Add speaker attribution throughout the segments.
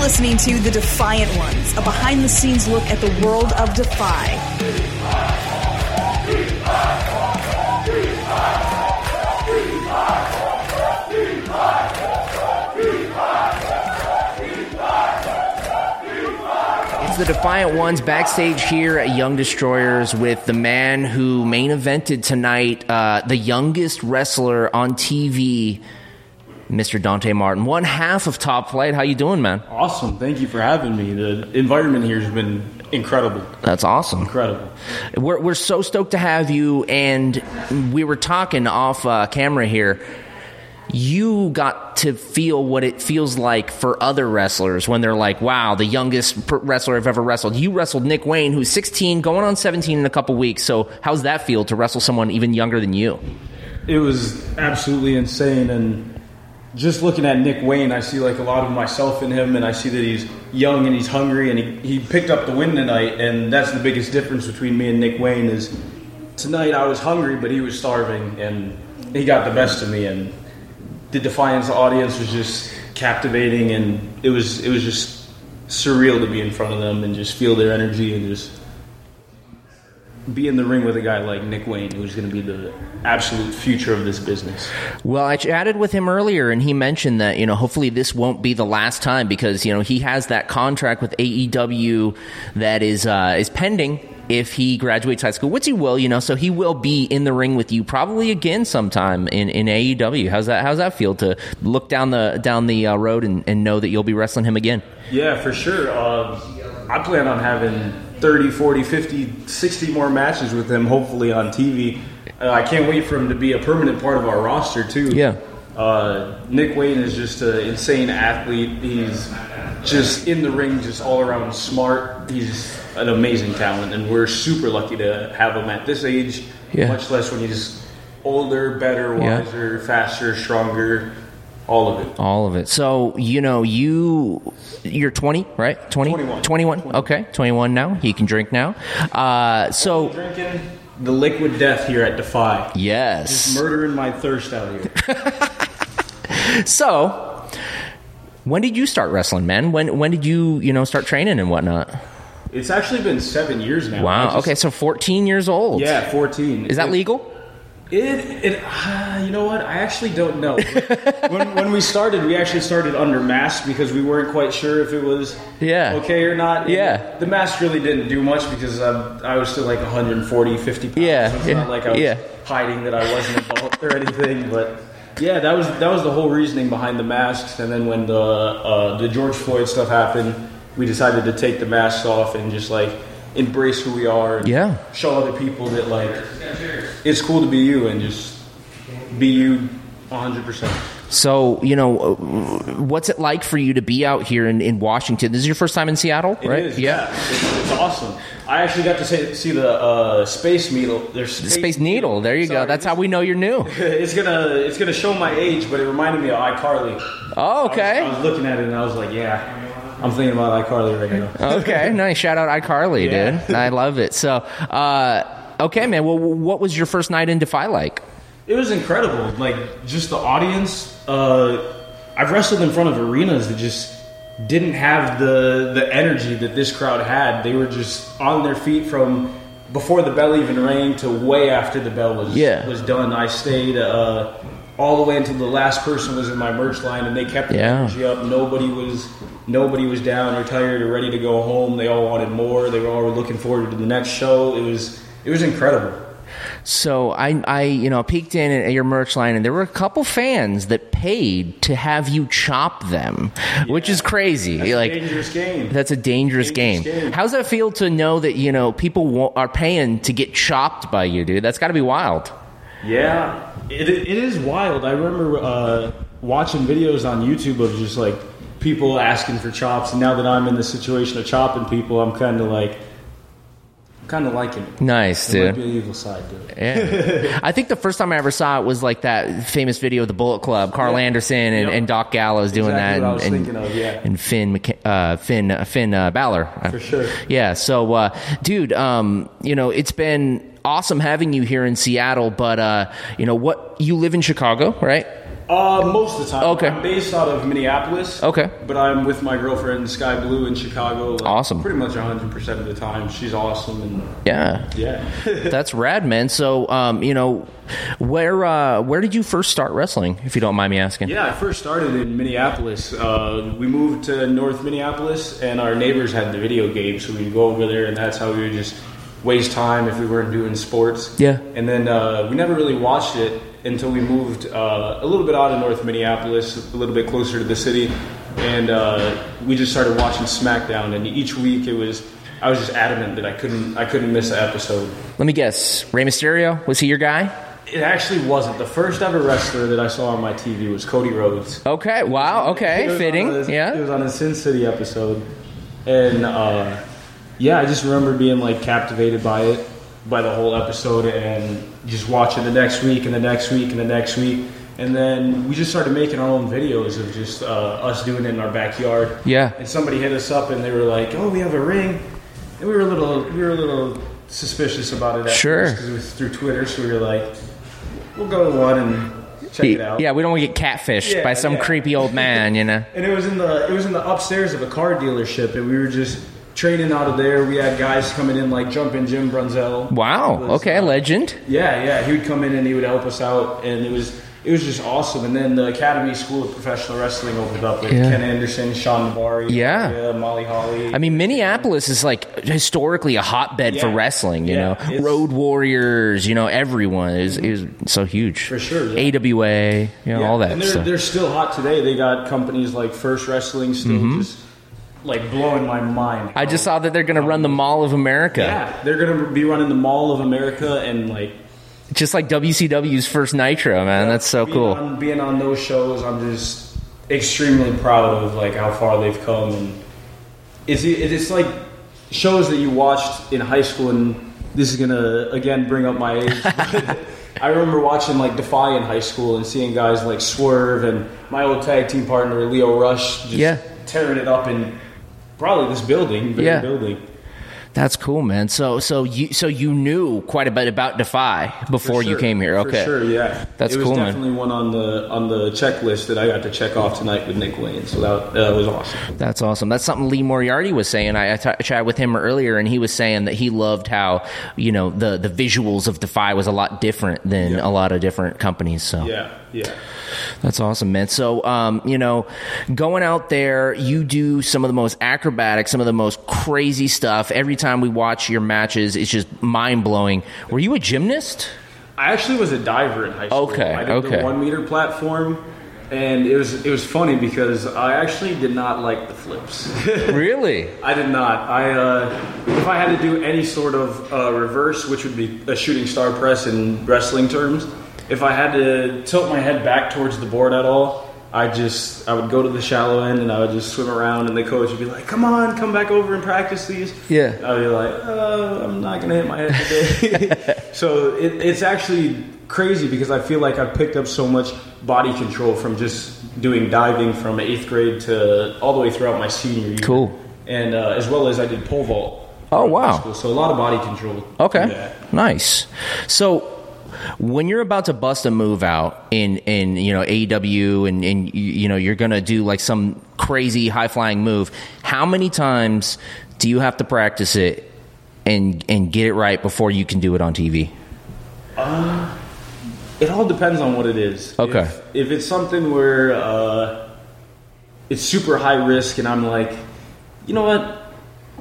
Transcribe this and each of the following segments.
Speaker 1: listening to The Defiant Ones, a behind the scenes look at the world of Defy.
Speaker 2: It's the Defiant Ones backstage here at Young Destroyers with the man who main evented tonight, uh, the youngest wrestler on TV, Mr. Dante Martin, one half of Top Flight. How you doing, man?
Speaker 3: Awesome. Thank you for having me. The environment here has been incredible.
Speaker 2: That's awesome.
Speaker 3: Incredible.
Speaker 2: We're, we're so stoked to have you, and we were talking off uh, camera here. You got to feel what it feels like for other wrestlers when they're like, wow, the youngest pr- wrestler I've ever wrestled. You wrestled Nick Wayne, who's 16, going on 17 in a couple weeks. So, how's that feel to wrestle someone even younger than you?
Speaker 3: It was absolutely insane. And just looking at Nick Wayne, I see like a lot of myself in him, and I see that he's young and he's hungry, and he, he picked up the win tonight. And that's the biggest difference between me and Nick Wayne is tonight I was hungry, but he was starving, and he got the best of me. And the Defiance audience was just captivating, and it was it was just surreal to be in front of them and just feel their energy and just be in the ring with a guy like Nick Wayne, who's going to be the absolute future of this business.
Speaker 2: Well, I chatted with him earlier, and he mentioned that you know hopefully this won't be the last time because you know he has that contract with AEW that is uh, is pending if he graduates high school, which he will, you know, so he will be in the ring with you probably again sometime in, in AEW. How's that? How's that feel to look down the down the uh, road and, and know that you'll be wrestling him again?
Speaker 3: Yeah, for sure. Uh, I plan on having 30, 40, 50, 60 more matches with him, hopefully on TV. Uh, I can't wait for him to be a permanent part of our roster, too.
Speaker 2: Yeah.
Speaker 3: Uh, Nick Wayne is just an insane athlete. He's just in the ring, just all around smart. He's an amazing talent, and we're super lucky to have him at this age,
Speaker 2: Yeah.
Speaker 3: much less when he's older, better,
Speaker 2: Yeah.
Speaker 3: wiser, faster, stronger, all of it.
Speaker 2: All of it. So, you know, you you're 20, right? 20?
Speaker 3: 21.
Speaker 2: 21. Okay. 21 now. He can drink now. Uh, so
Speaker 3: Drinking the liquid death here at Defy.
Speaker 2: yes.
Speaker 3: Murdering my thirst out here.
Speaker 2: So, when did you start wrestling, man? When when did you you know start training and whatnot?
Speaker 3: It's actually been seven years now. I
Speaker 2: Wow.
Speaker 3: just-
Speaker 2: okay, so fourteen years old.
Speaker 3: Yeah, fourteen.
Speaker 2: Is that
Speaker 3: It-
Speaker 2: legal?
Speaker 3: It. it ah, you know what? I actually don't know. when when we started, we actually started under mask because we weren't quite sure if it was
Speaker 2: Yeah.
Speaker 3: okay or not.
Speaker 2: Yeah.
Speaker 3: The mask really didn't do much because um, I was still like 140, 50 pounds.
Speaker 2: Yeah,
Speaker 3: So it's
Speaker 2: yeah,
Speaker 3: not like I was
Speaker 2: yeah.
Speaker 3: hiding that I wasn't involved or anything, but. Yeah, that was that was the whole reasoning behind the masks, and then when the uh, the George Floyd stuff happened, we decided to take the masks off and just like embrace who we are. And
Speaker 2: Yeah.
Speaker 3: show other people that like it's cool to be you and just be you 100%.
Speaker 2: So you know, uh, what's it like for you to be out here in, in Washington? This is your first time in Seattle,
Speaker 3: It
Speaker 2: right?
Speaker 3: is,
Speaker 2: Yeah.
Speaker 3: It's, it's awesome. I actually got to see, see the uh, space needle. There's
Speaker 2: The Space Needle. There you go.
Speaker 3: Sorry.
Speaker 2: That's how we know you're new.
Speaker 3: It's gonna it's gonna show my age, but it reminded me of iCarly.
Speaker 2: Oh, okay.
Speaker 3: I was, I was looking at it and I was like, yeah, I'm thinking about iCarly right now.
Speaker 2: okay, nice. Shout out iCarly,
Speaker 3: Yeah.
Speaker 2: dude. I love it. So, uh, okay, man. Well, what was your first night in Defy like?
Speaker 3: It was incredible. Like just the audience. Uh, I've wrestled in front of arenas that just didn't have the the energy that this crowd had. They were just on their feet from before the bell even rang to way after the bell was
Speaker 2: Yeah.
Speaker 3: was done. I stayed uh, all the way until the last person was in my merch line, and they kept the
Speaker 2: Yeah.
Speaker 3: energy up. Nobody was nobody was down or tired or ready to go home. They all wanted more. They were all looking forward to the next show. It was it was incredible.
Speaker 2: So I, I, you know, peeked in at your merch line, and there were a couple fans that paid to have you chop them, which is crazy.
Speaker 3: It's a
Speaker 2: like
Speaker 3: dangerous game.
Speaker 2: that's a dangerous,
Speaker 3: Dangerous
Speaker 2: game.
Speaker 3: game.
Speaker 2: How's that feel to know that you know people wa- are paying to get chopped by you, dude? That's got to be wild.
Speaker 3: Yeah, it, it is wild. I remember uh, watching videos on YouTube of just like people asking for chops. And now that I'm in the situation of chopping people, I'm kind of like, kind of liking it.
Speaker 2: Nice,
Speaker 3: It might
Speaker 2: dude.
Speaker 3: be the evil side to it.
Speaker 2: Yeah. I think the first time I ever saw it was like that famous video of the Bullet Club, Carl
Speaker 3: Yeah.
Speaker 2: Anderson and,
Speaker 3: Yep.
Speaker 2: and Doc Gallows doing
Speaker 3: Exactly
Speaker 2: that,
Speaker 3: what I
Speaker 2: and,
Speaker 3: was
Speaker 2: and-
Speaker 3: thinking of, yeah.
Speaker 2: and Finn McK- uh, Finn uh, Finn uh, Balor
Speaker 3: For sure.
Speaker 2: Yeah. So, uh, dude, um, you know it's been awesome having you here in Seattle, but uh, you know what? You live in Chicago, right?
Speaker 3: Uh, most of the time.
Speaker 2: Okay.
Speaker 3: I'm based out of Minneapolis.
Speaker 2: Okay.
Speaker 3: But I'm with my girlfriend Sky Blue in Chicago. like,
Speaker 2: Awesome.
Speaker 3: Pretty much 100% of the time. She's awesome and
Speaker 2: Yeah,
Speaker 3: yeah.
Speaker 2: that's rad, man. So, um, you know, where uh, where did you first start wrestling, if you don't mind me asking?
Speaker 3: yeah, I first started in Minneapolis. Uh, we moved to North Minneapolis and our neighbors had the video game, so we'd go over there and that's how we would just waste time if we weren't doing sports.
Speaker 2: Yeah.
Speaker 3: And then uh, we never really watched it until we moved uh, a little bit out of North Minneapolis, a little bit closer to the city, and uh, we just started watching SmackDown. And each week it was, I was just adamant that I couldn't, I couldn't miss an episode.
Speaker 2: Let me guess, Rey Mysterio was he your guy?
Speaker 3: It actually wasn't the first ever wrestler that I saw on my TV was Cody Rhodes.
Speaker 2: Okay, wow,
Speaker 3: It
Speaker 2: okay,
Speaker 3: was
Speaker 2: fitting,
Speaker 3: on his- It
Speaker 2: yeah.
Speaker 3: was on a Sin City episode, and uh, yeah, I just remember being like captivated by it, by the whole episode, and just watching the next week and the next week and the next week, and then we just started making our own videos of just uh, us doing it in our backyard.
Speaker 2: Yeah.
Speaker 3: and somebody hit us up and they were like, "Oh, we have a ring," and we were a little, we were a little suspicious about it. At
Speaker 2: Sure.
Speaker 3: because it was through Twitter, so we were like, "We'll go to one and check it out."
Speaker 2: Yeah, we don't want to get catfished
Speaker 3: Yeah,
Speaker 2: by some
Speaker 3: yeah.
Speaker 2: creepy old man, you know.
Speaker 3: And it was in the it was in the upstairs of a car dealership, and we were just training out of there. We had guys coming in like jumping Jim Brunzel.
Speaker 2: Wow.
Speaker 3: Was,
Speaker 2: Okay,
Speaker 3: uh,
Speaker 2: legend.
Speaker 3: yeah, yeah. He would come in and he would help us out, and it was it was just awesome. And then the Academy School of Professional Wrestling opened up with
Speaker 2: Yeah.
Speaker 3: Ken Anderson, Sean Navari,
Speaker 2: Yeah.
Speaker 3: Molly Holly.
Speaker 2: I mean, Minneapolis is like historically a hotbed for
Speaker 3: Yeah.
Speaker 2: wrestling. You
Speaker 3: Yeah,
Speaker 2: know,
Speaker 3: it's- Mm-hmm.
Speaker 2: Road Warriors. You know, everyone is is so huge
Speaker 3: For sure, yeah.
Speaker 2: AWA, you know, all that
Speaker 3: And they're,
Speaker 2: stuff.
Speaker 3: they're still hot today. They got companies like First Wrestling still just like blowing my mind.
Speaker 2: Mm-hmm. I just saw that they're going to run the Mall of America,
Speaker 3: Um, yeah, they're gonna be running the Mall of America and like
Speaker 2: just like WCW's first Nitro. Man, that's so
Speaker 3: being
Speaker 2: cool.
Speaker 3: On, being on those shows, I'm just extremely proud of like how far they've come, and it's it- it's like shows that you watched in high school, and this is gonna again bring up my age. but I remember watching like Defy in high school and seeing guys like Swerve and my old tag team partner Leo Rush just
Speaker 2: Yeah.
Speaker 3: tearing it up in probably this building, big
Speaker 2: Yeah.
Speaker 3: building.
Speaker 2: That's cool, man. So so you so you knew quite a bit about Defy before you
Speaker 3: sure.
Speaker 2: came here.
Speaker 3: For
Speaker 2: Okay.
Speaker 3: sure, yeah.
Speaker 2: That's
Speaker 3: it was
Speaker 2: cool, man.
Speaker 3: definitely one on the on the checklist that I got to check off tonight with Nick Wayne. So that, that was awesome.
Speaker 2: That's awesome. That's something Lee Moriarty was saying. I I t- chatted with him earlier, and he was saying that he loved how you know the the visuals of Defy was a lot different than
Speaker 3: Yeah.
Speaker 2: a lot of different companies. So
Speaker 3: Yeah, yeah.
Speaker 2: that's awesome, man. So um, you know, going out there, you do some of the most acrobatic, some of the most crazy stuff. Every time we watch your matches, it's just mind blowing. Were you a gymnast?
Speaker 3: I actually was a diver in high school.
Speaker 2: Okay,
Speaker 3: I did
Speaker 2: okay.
Speaker 3: the one meter platform, and it was it was funny because I actually did not like the flips.
Speaker 2: Really?
Speaker 3: I did not. I uh, if I had to do any sort of uh, reverse, which would be a shooting star press in wrestling terms, if I had to tilt my head back towards the board at all, I just I would go to the shallow end and I would just swim around, and the coach would be like, "Come on, come back over and practice these."
Speaker 2: Yeah.
Speaker 3: I'd be like, uh, "I'm not gonna hit my head today." so it, it's actually crazy because I feel like I've picked up so much body control from just doing diving from eighth grade to all the way throughout my senior year
Speaker 2: Cool.
Speaker 3: and uh, as well as I did pole vault.
Speaker 2: Oh,
Speaker 3: in high
Speaker 2: wow.
Speaker 3: school. So a lot of body control.
Speaker 2: Okay.
Speaker 3: through that.
Speaker 2: Nice. So when you're about to bust a move out in in you know AEW and and you- you know you're gonna do like some crazy high flying move, how many times do you have to practice it and and get it right before you can do it on TV?
Speaker 3: It all depends on what it is.
Speaker 2: Okay.
Speaker 3: If, if it's something where uh, it's super high risk, and I'm like, you know what,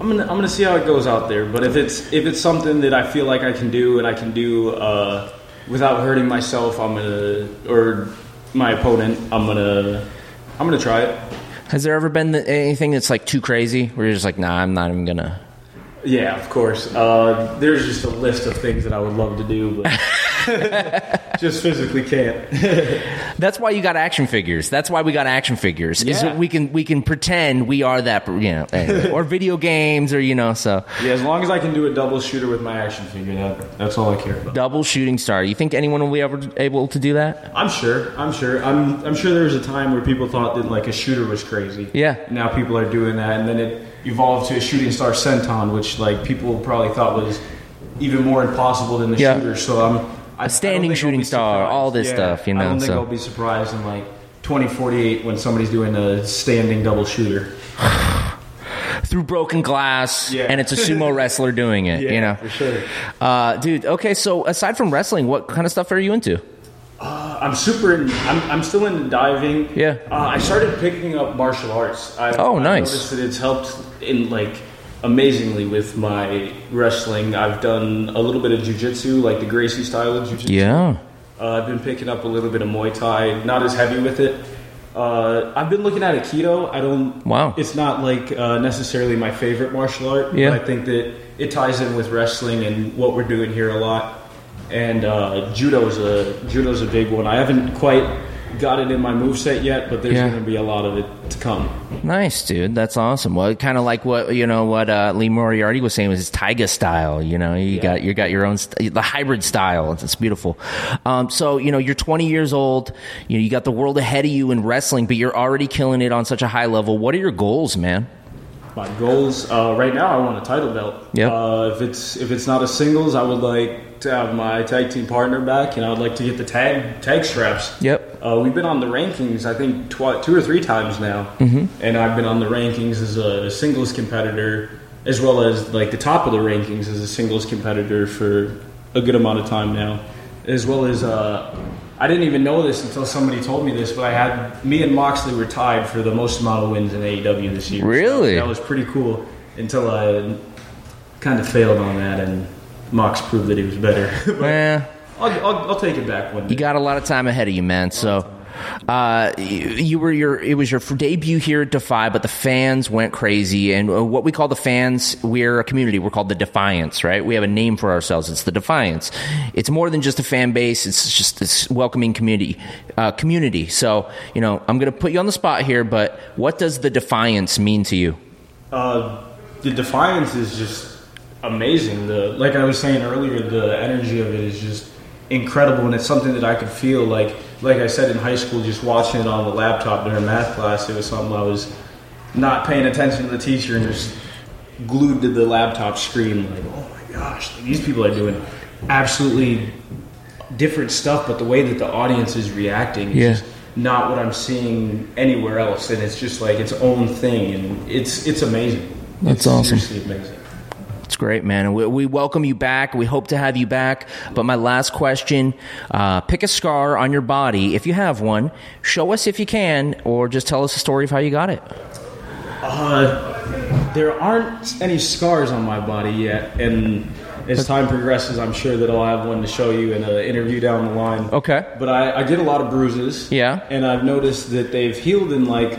Speaker 3: I'm gonna I'm gonna see how it goes out there. But if it's if it's something that I feel like I can do and I can do uh, without hurting myself, I'm gonna or my opponent, I'm gonna I'm gonna try it.
Speaker 2: Has there ever been th- anything that's like too crazy where you're just like, nah, I'm not even gonna.
Speaker 3: Yeah, of course. Uh, there's just a list of things that I would love to do, but just physically can't.
Speaker 2: That's why you got action figures. That's why we got action figures. Is
Speaker 3: Yeah.
Speaker 2: that we can we can pretend we are that you know, anyway. or video games or you know so.
Speaker 3: Yeah, as long as I can do a double shooter with my action figure, that, that's all I care about.
Speaker 2: double shooting star. You think anyone will be ever able to do that?
Speaker 3: I'm sure. I'm sure. I'm. I'm sure there was a time where people thought that like a shooter was crazy.
Speaker 2: Yeah.
Speaker 3: Now people are doing that, and then it evolved to a shooting star senton, which like people probably thought was even more impossible than the
Speaker 2: Yeah.
Speaker 3: shooter. So I'm. I- I don't
Speaker 2: standing
Speaker 3: think I'll
Speaker 2: shooting
Speaker 3: be
Speaker 2: star,
Speaker 3: surprised.
Speaker 2: all this
Speaker 3: Yeah,
Speaker 2: stuff, you know.
Speaker 3: I don't think
Speaker 2: so.
Speaker 3: I'll be surprised in like 2048 when somebody's doing a standing double shooter.
Speaker 2: through broken glass,
Speaker 3: Yeah.
Speaker 2: and it's a sumo wrestler doing it.
Speaker 3: Yeah,
Speaker 2: you know,
Speaker 3: for sure.
Speaker 2: uh, dude. Okay, so aside from wrestling, what kind of stuff are you into?
Speaker 3: Uh, I'm super. In, I'm, I'm still into diving.
Speaker 2: Yeah.
Speaker 3: Uh, I started picking up martial arts. I've,
Speaker 2: Oh,
Speaker 3: I've
Speaker 2: nice.
Speaker 3: noticed that it's helped in like amazingly with my wrestling. I've done a little bit of jujitsu, like the Gracie style of jujitsu.
Speaker 2: Yeah,
Speaker 3: Uh, I've been picking up a little bit of Muay Thai, not as heavy with it. Uh, I've been looking at Aikido. I don't.
Speaker 2: Wow.
Speaker 3: It's not like uh, necessarily my favorite martial art.
Speaker 2: Yeah.
Speaker 3: But I think that it ties in with wrestling and what we're doing here a lot. And uh, judo's a judo's a big one. I haven't quite got it in my moveset yet, but there's
Speaker 2: Yeah.
Speaker 3: going to be a lot of it to come.
Speaker 2: nice, dude. That's awesome. Well, kind of like what you know what uh, Lee Moriarty was saying was his Taiga style. You know, you got you got your own st- the hybrid style. It's, it's beautiful. Um, so you know, you're 20 years old. You know, you got the world ahead of you in wrestling, but you're already killing it on such a high level. What are your goals, man?
Speaker 3: My goals uh, right now, I want a title belt.
Speaker 2: Yeah.
Speaker 3: Uh, if it's if it's not a singles, I would like to have my tag team partner back, and I would like to get the tag tag straps.
Speaker 2: Yep.
Speaker 3: Uh, we've been on the rankings, I think, twi- two or three times now,
Speaker 2: Mm-hmm.
Speaker 3: and I've been on the rankings as a singles competitor, as well as like the top of the rankings as a singles competitor for a good amount of time now, as well as uh, I didn't even know this until somebody told me this, but I had me and Moxley were tied for the most amount of wins in AEW this year. So
Speaker 2: Really?
Speaker 3: that was pretty cool until I kind of failed on that, and Mox proved that he was better. but
Speaker 2: Eh.
Speaker 3: I'll, I'll, I'll take it back one day.
Speaker 2: You got a lot of time ahead of you, man. So, uh, you, you were your it was your f- debut here at Defy, but the fans went crazy. And uh, what we call the fans, we're a community. We're called the Defiance, right? We have a name for ourselves. It's the Defiance. It's more than just a fan base. It's just this welcoming community. Uh, community. So, you know, I'm going to put you on the spot here, but what does the Defiance mean to you?
Speaker 3: Uh, the defiance is just amazing. The like I was saying earlier, the energy of it is just incredible, and it's something that I could feel like like I said in high school, just watching it on the laptop during math class. It was something I was not paying attention to the teacher and just glued to the laptop screen. Like, oh my gosh, these people are doing absolutely different stuff, but the way that the audience is reacting is
Speaker 2: Yeah.
Speaker 3: just not what I'm seeing anywhere else, and it's just like its own thing, and it's it's amazing.
Speaker 2: That's
Speaker 3: It's
Speaker 2: awesome.
Speaker 3: Seriously amazing.
Speaker 2: It's great, man. And we, we welcome you back. We hope to have you back. But my last question uh, pick a scar on your body, if you have one. Show us if you can, or just tell us a story of how you got it.
Speaker 3: Uh, there aren't any scars on my body yet, and as time progresses, I'm sure that I'll have one to show you in an interview down the line.
Speaker 2: Okay.
Speaker 3: But I, I get a lot of bruises.
Speaker 2: Yeah.
Speaker 3: And I've noticed that they've healed in like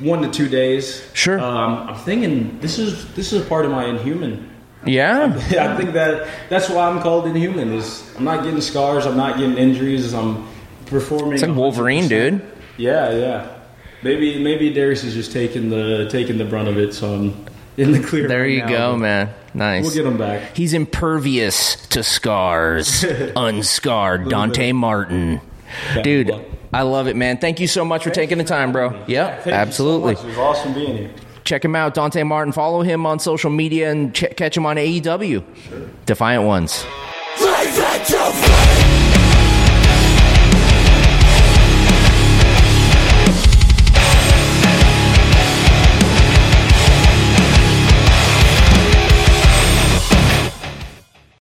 Speaker 3: one to two days.
Speaker 2: Sure.
Speaker 3: Um, I'm thinking this is this is a part of my inhuman.
Speaker 2: Yeah?
Speaker 3: I think that that's why I'm called inhuman. Is I'm not getting scars. I'm not getting injuries. I'm performing.
Speaker 2: It's like Wolverine,
Speaker 3: 100%.
Speaker 2: dude.
Speaker 3: Yeah, yeah. Maybe maybe Darius is just taking the taking the brunt of it. So I'm in the clear.
Speaker 2: There
Speaker 3: right
Speaker 2: you
Speaker 3: now,
Speaker 2: go,
Speaker 3: but
Speaker 2: man. Nice.
Speaker 3: We'll get him back.
Speaker 2: He's impervious to scars. Unscarred Dante Martin.
Speaker 3: Yeah,
Speaker 2: Dude,
Speaker 3: well.
Speaker 2: I love it, man. Thank you so much for taking the time, bro. Yep,
Speaker 3: Thank you so
Speaker 2: absolutely.
Speaker 3: much. It was awesome being here.
Speaker 2: Check him out, Dante Martin. Follow him on social media and ch- catch him on AEW. Defiant E Ones.
Speaker 4: Life at your feet.